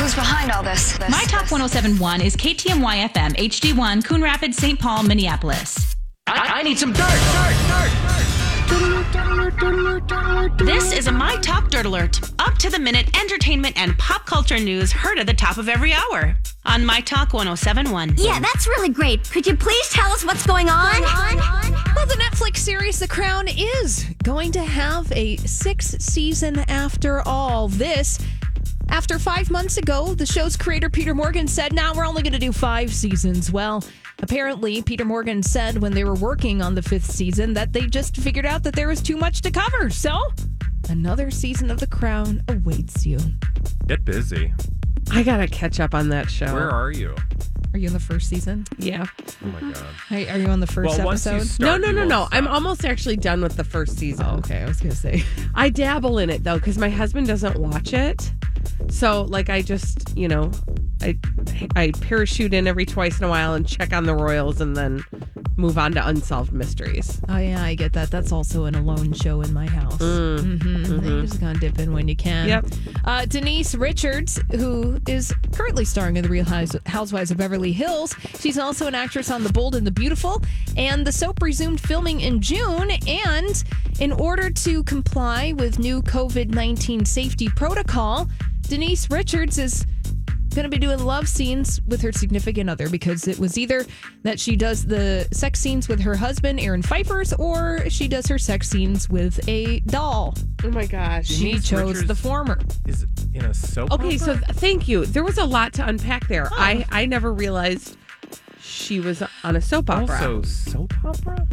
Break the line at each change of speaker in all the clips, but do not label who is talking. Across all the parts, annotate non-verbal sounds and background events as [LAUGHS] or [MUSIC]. Who's behind all this? this
My Top
this.
1071 is KTMY FM, HD1, Coon Rapids, St. Paul, Minneapolis.
I, I need some dirt, dirt,
dirt, dirt. This is a My Top Dirt Alert. Up to the minute entertainment and pop culture news heard at the top of every hour on My Talk 1071.
Yeah, that's really great. Could you please tell us what's going on? Going on?
Well, the Netflix series The Crown is going to have a sixth season after all this. After five months ago, the show's creator Peter Morgan said, Now nah, we're only going to do five seasons. Well, apparently, Peter Morgan said when they were working on the fifth season that they just figured out that there was too much to cover. So, another season of The Crown awaits you.
Get busy.
I got to catch up on that show.
Where are you?
Are you in the first season?
Yeah.
Oh my God.
Hey, are you on the first
Well, once you
episode?
No,
start,
no,
you
no,
won't
no.
stop.
I'm almost actually done with the first season.
Oh, okay, I was going to
[LAUGHS]
say.
I dabble in it though, because my husband doesn't watch it. So, like, I just, you know, I I parachute in every twice in a while and check on the Royals, and then move on to unsolved mysteries.
Oh, yeah, I get that. That's also an alone show in my house. hmm You're just going to dip in when you can.
Yep.
Uh, Denise Richards, who is currently starring in The Real House- Housewives of Beverly Hills, she's also an actress on The Bold and the Beautiful. And the soap resumed filming in June. And in order to comply with new COVID 19 safety protocol, Denise Richards is going to be doing love scenes with her significant other because it was either that she does the sex scenes with her husband, Aaron Pfeiffer's, or she does her sex scenes with a doll.
Oh my gosh.
She
Denise
chose
Richards-
the former.
Is it in a soap?
Okay, so th- thank you. There was a lot to unpack there. I I never realized she was on a soap opera.
Also, soap opera?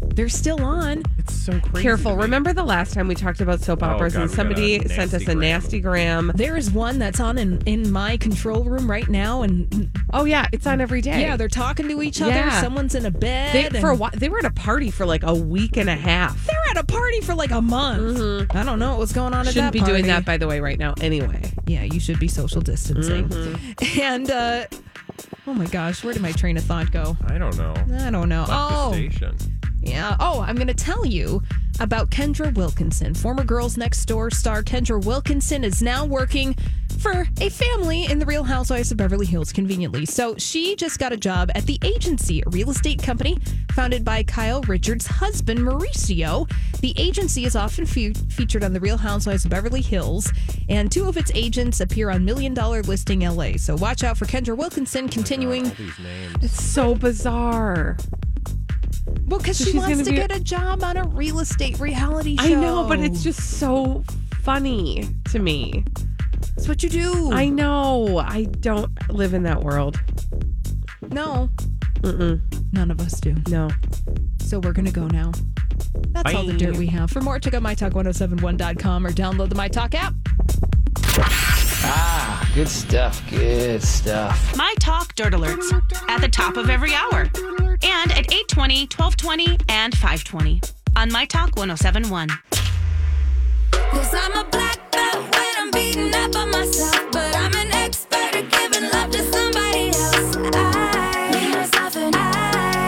They're still on.
It's so crazy.
Careful.
to me.
Remember the last time we talked about soap
Oh,
operas
God,
and
we got
somebody
a
sent us
nasty
a
gram.
nasty gram.
There is one that's on in, in my control room right now, and
Oh yeah, it's on every day.
yeah, they're talking to each other.
Yeah.
Someone's in a bed.
they, for a
and
while, they were at a party for like a week and a half.
they're at a party for like a month. I don't know what was going on at
Mm-hmm.
that
Shouldn't be doing
party.
that, by the way, right now. Anyway,
yeah, you should be social distancing.
Mm-hmm.
[LAUGHS] And uh, oh my gosh, where did my train of thought go?
I don't know.
I don't know.
Left the
oh,
station.
yeah. Oh, I'm going to tell you about Kendra Wilkinson. Former Girls Next Door star Kendra Wilkinson is now working for a family in the Real Housewives of Beverly Hills, conveniently. So she just got a job at the agency, a real estate company founded by Kyle Richards' husband, Mauricio. The agency is often fe- featured on the Real Housewives of Beverly Hills, and two of its agents appear on Million Dollar Listing LA. So watch out for Kendra Wilkinson continuing.
All these names.
it's so bizarre.
Well, because
So
she
she's
wants
gonna
to
be-
get a job on a real estate reality show.
I know, but it's just so funny to me.
It's what you do.
I know. I don't live in that world.
no.
Mm-mm.
None of us do.
No.
So we're going to go now. That's all the
Bye.
dirt we have. For more, check out mytalk1071.com or download the MyTalk app.
Ah, good stuff, good stuff.
My Talk Dirt Alerts at the top of every hour and at 820, 1220, and 520 on My Talk 1071.
Cause I'm a black belt when I'm beaten up on myself. But I'm an expert at giving love to somebody else. I need myself and I.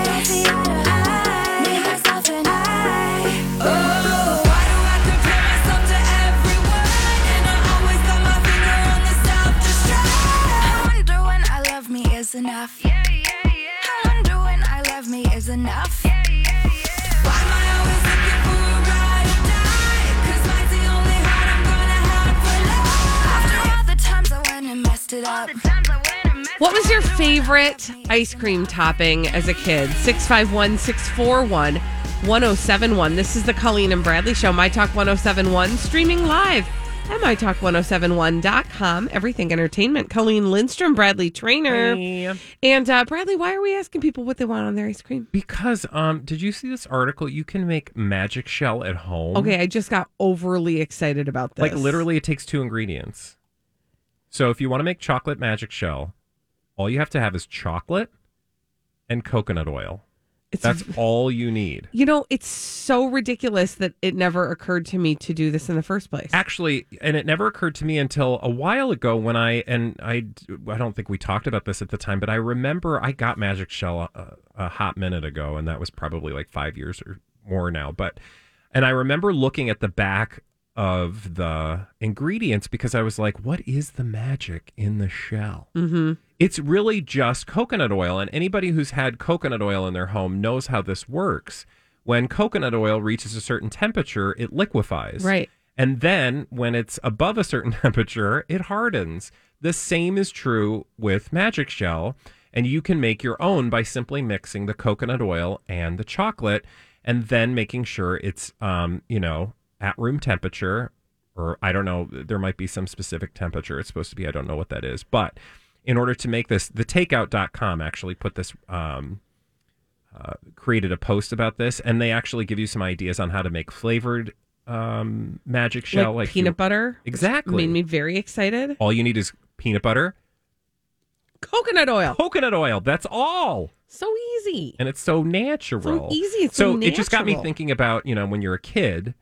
Don't see eye to eye. Need myself and I. Oh, why do I compare myself to everyone? And I always got my finger on the self-destruct. I wonder when I love me is enough. Yeah, yeah, yeah. I wonder when I love me is enough. Yeah, yeah, yeah. Why am I always looking for a ride or die? 'Cause mine's the only heart I'm gonna have for life. After all the
What was your favorite ice cream topping as a kid? 651 641 1071. This is the Colleen and Bradley Show, My Talk 1071, streaming live at MyTalk1071.com. Everything Entertainment. Colleen Lindstrom, Bradley Trainer. And uh, Bradley, why are we asking people what they want on their ice cream?
Because um, did you see this article? You can make magic shell at home.
Okay, I just got overly excited about this.
Mm-hmm. Like literally, it takes two ingredients. So if you want to make chocolate magic shell, all you have to have is chocolate and coconut oil.
It's-
That's all you need.
You know, it's so ridiculous that it never occurred to me to do this in the first place.
Actually, and it never occurred to me until a while ago when I and I I don't think we talked about this at the time, but I remember I got Magic Shell a, a hot minute ago, and that was probably like five years or more now. But and I remember looking at the back of the ingredients because I was like, "What is the magic in the shell?"
Mm-hmm.
It's really just coconut oil, and anybody who's had coconut oil in their home knows how this works. When coconut oil reaches a certain temperature, it liquefies.
Right.
And then when it's above a certain [LAUGHS] temperature, it hardens. The same is true with Magic Shell, and you can make your own by simply mixing the coconut oil and the chocolate and then making sure it's um, you know, at room temperature or I don't know, there might be some specific temperature it's supposed to be. I don't know what that is, but in order to make this, the takeout.com actually put this um, uh, created a post about this, and they actually give you some ideas on how to make flavored um, magic shell,
like,
like,
peanut
you-
butter. which
Exactly.
Made me very excited.
All you need is peanut butter,
Coconut oil.
coconut oil. That's all,
So easy.
and it's so natural.
So easy, it's so
it just got me
natural.
thinking about you know when you're a kid,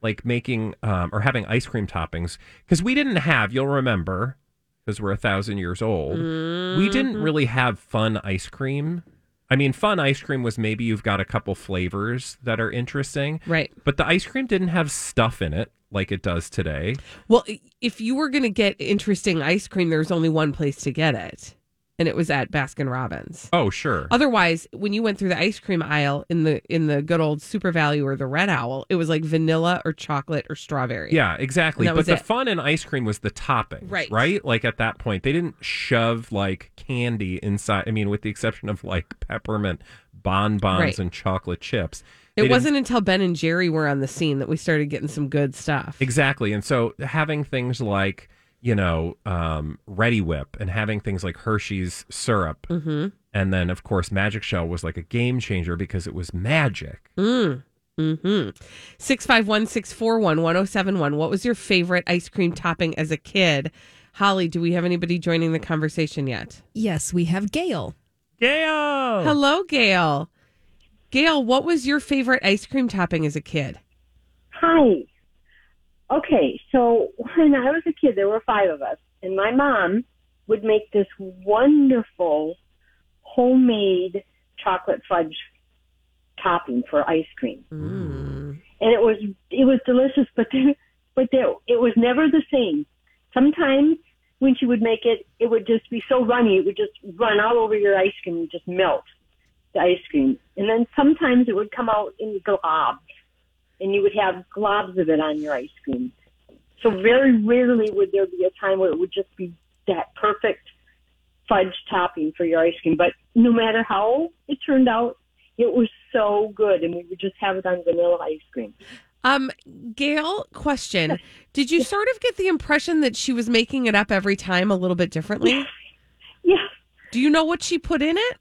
like making um, or having ice cream toppings because we didn't have. You'll remember because we're a thousand years old. We
Mm-hmm.
didn't really have fun ice cream. I mean, fun ice cream was maybe you've got a couple flavors that are interesting.
Right.
But the ice cream didn't have stuff in it like it does today.
Well, i- if you were going to get interesting ice cream, there's only one place to get it, and it was at Baskin Robbins.
Oh, sure.
Otherwise, when you went through the ice cream aisle in the in the good old Super Value or the Red Owl, it was like vanilla or chocolate or strawberry.
Yeah, exactly.
And that
But
was
the
it.
fun in ice cream was the toppings,
Right.
Right? Like at that point, they didn't shove like candy inside. I mean, with the exception of like peppermint bonbons
Right.
and chocolate chips. They
It
didn't-
wasn't until Ben and Jerry were on the scene that we started getting some good stuff.
Exactly. And so having things like, you know, um, Ready Whip and having things like Hershey's syrup.
Mhm.
And then, of course, Magic Shell was like a game changer because it was magic.
Mm. Mm-hmm. Six five one six four one one zero seven one. What was your favorite ice cream topping as a kid? Holly, do we have anybody joining the conversation yet?
Yes, we have Gail.
Yeah.
Hello, Gail. Gail, what was your favorite ice cream topping as a kid?
Hi. Okay, so when I was a kid, there were five of us, and my mom would make this wonderful homemade chocolate fudge topping for ice cream, and it was it was delicious. But there, but there, it was never the same. Sometimes when she would make it, it would just be so runny, it would just run all over your ice cream and just melt the ice cream. And then sometimes it would come out in globs and you would have globs of it on your ice cream. So very rarely would there be a time where it would just be that perfect fudge topping for your ice cream. But no matter how it turned out, it was so good, and we would just have it on vanilla ice cream.
Um, Gail, question. Did you sort of get the impression that she was making it up every time a little bit differently?
Yeah,
Do you know what she put in it?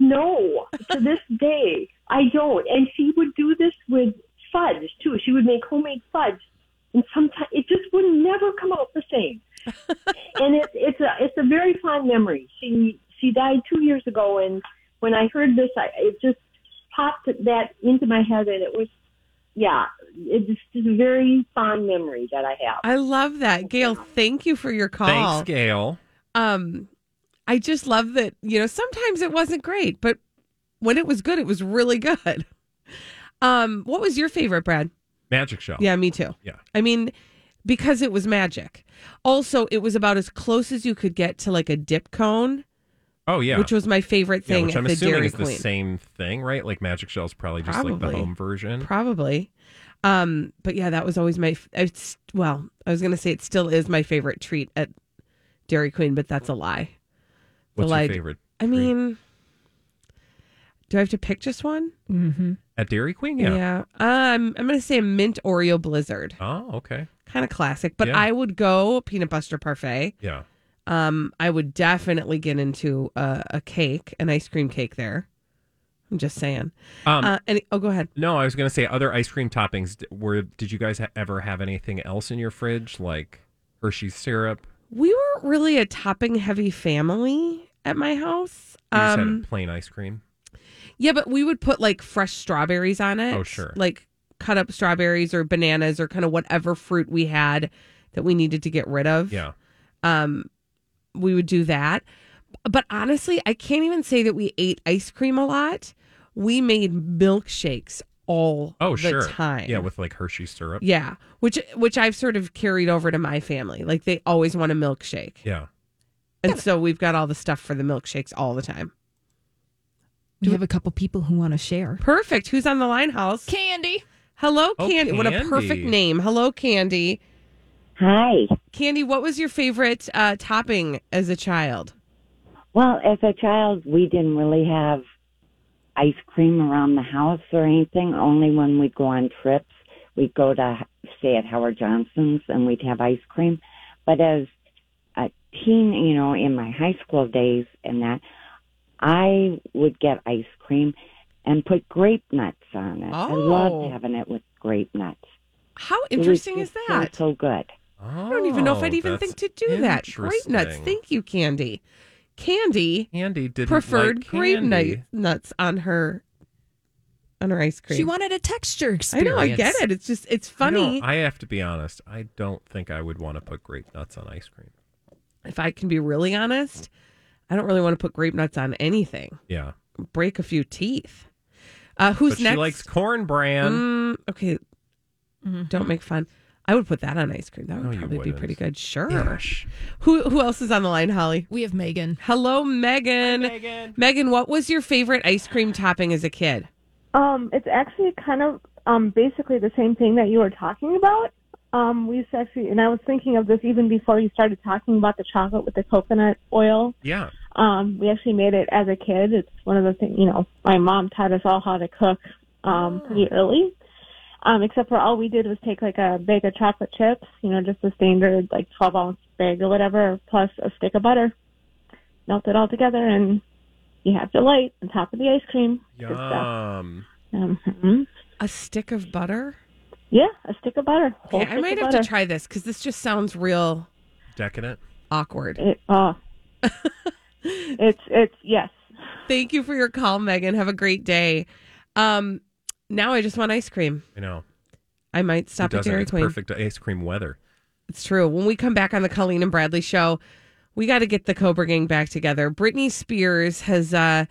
no, to this [LAUGHS] day I don't. And she would do this with fudge too. She would make homemade fudge, and sometimes it just would never come out the same. and it's it's a it's a very fond memory. She she died two years ago, and when I heard this, I it just popped that into my head, and it was yeah, it just is a very fond memory that I have.
I love that. Gail, thank you for your call.
Thanks, Gail.
um i just love that you know sometimes it wasn't great but when it was good it was really good um what was your favorite brad
Magic Shell.
yeah me too
Yeah.
i mean because it was magic also it was about as close as you could get to like a dip cone
Oh, yeah.
which was my favorite
yeah,
thing
which
at
I'm
the
assuming
dairy
is the
queen
same thing, right? Like Magic Shell's probably just like
Probably.
the home version.
probably um but yeah that was always my f- it's well i was gonna say it still is my favorite treat at dairy queen but that's a lie
What's
Well,
your
I'd-
favorite?
I mean, do I have to pick just one?
Mm-hmm.
At Dairy Queen? Yeah.
Um, I'm going to say a mint Oreo blizzard.
Oh, okay.
Kind of classic, but
Yeah.
I would go peanut butter parfait.
Yeah.
Um, I would definitely get into a, a cake, an ice cream cake there. I'm just saying.
Um,
uh, and oh, go ahead.
No, I was going to say other ice cream toppings. D- Were did you guys ha- ever have anything else in your fridge like Hershey's syrup?
We weren't really a topping heavy family at my house.
You just
Um,
had a plain ice cream.
Yeah, but we would put like fresh strawberries on it.
Oh, sure.
Like cut up strawberries or bananas or kind of whatever fruit we had that we needed to get rid of.
Yeah.
Um, we would do that. But honestly, I can't even say that we ate ice cream a lot. We made milkshakes all
Oh,
the
sure.
time.
Yeah, with like Hershey's syrup.
yeah, which which I've sort of carried over to my family. Like they always want a milkshake,
Yeah.
and so we've got all the stuff for the milkshakes all the time.
We have a couple people who want to share.
Perfect. Who's on the line, House?
Candy.
Hello,
Oh,
Candy. What a perfect
Candy.
name. Hello, Candy.
Hi.
Candy, what was your favorite uh, topping as a child?
Well, as a child, we didn't really have ice cream around the house or anything. Only when we'd go on trips, we'd go to stay at Howard Johnson's and we'd have ice cream. But as a teen, you know, in my high school days and that, I would get ice cream and put grape nuts on it. I
Oh.
loved having it with grape nuts.
How
It was
interesting is
just so,
that?
So good.
I don't even know
Oh,
if I'd even think to do that. Grape nuts. Thank you, Candy. Candy
Candy didn't
preferred
like
grape
candy.
nut- nuts on her on her ice cream.
She wanted a texture
I
experience.
know, I get it. It's just it's
You know,
funny.
I have to be honest. I don't think I would want to put grape nuts on ice cream.
if I can be really honest, I don't really want to put grape nuts on anything.
Yeah.
Break a few teeth. Uh, who's
but
next?
she likes corn bran.
Mm, okay. Don't make fun. I would put that on ice cream. That
No,
would
you
probably be
wouldn't.
pretty good. Sure.
Gosh.
Who who else is on the line, Holly?
We have Megan.
Hello, Megan. Megan. Megan, what was your favorite ice cream topping as a kid?
Um, it's actually kind of um, basically the same thing that you were talking about. Um, we used to actually, and I was thinking of this even before you started talking about the chocolate with the coconut oil.
Yeah.
Um, we actually made it as a kid. It's one of the things, you know, my mom taught us all how to cook um,
Ah.
pretty early. Um, except for all we did was take like a bag of chocolate chips, you know, just a standard like 12 ounce bag or whatever, plus a stick of butter. Melt it all together and you have delight on top of the ice cream. Good stuff.
Yum.
Mhm.
A stick of butter?
Yeah, a stick of butter. Whole
Okay, I
stick
might
of
have
butter.
to try this because this just sounds real
Decadent.
awkward.
It,
[LAUGHS]
uh, it's it's yes.
Thank you for your call, Megan. Have a great day. Um, now I just want ice cream.
I know.
I might stop
Who
at
doesn't?
Dairy
it's
Queen.
perfect ice cream weather.
It's true. When we come back on the Colleen and Bradley show, we got to get the Cobra Gang back together. Britney Spears has uh,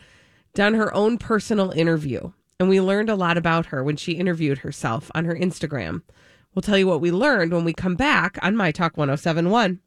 done her own personal interview, and we learned a lot about her when she interviewed herself on her Instagram. We'll tell you what we learned when we come back on My Talk 1071.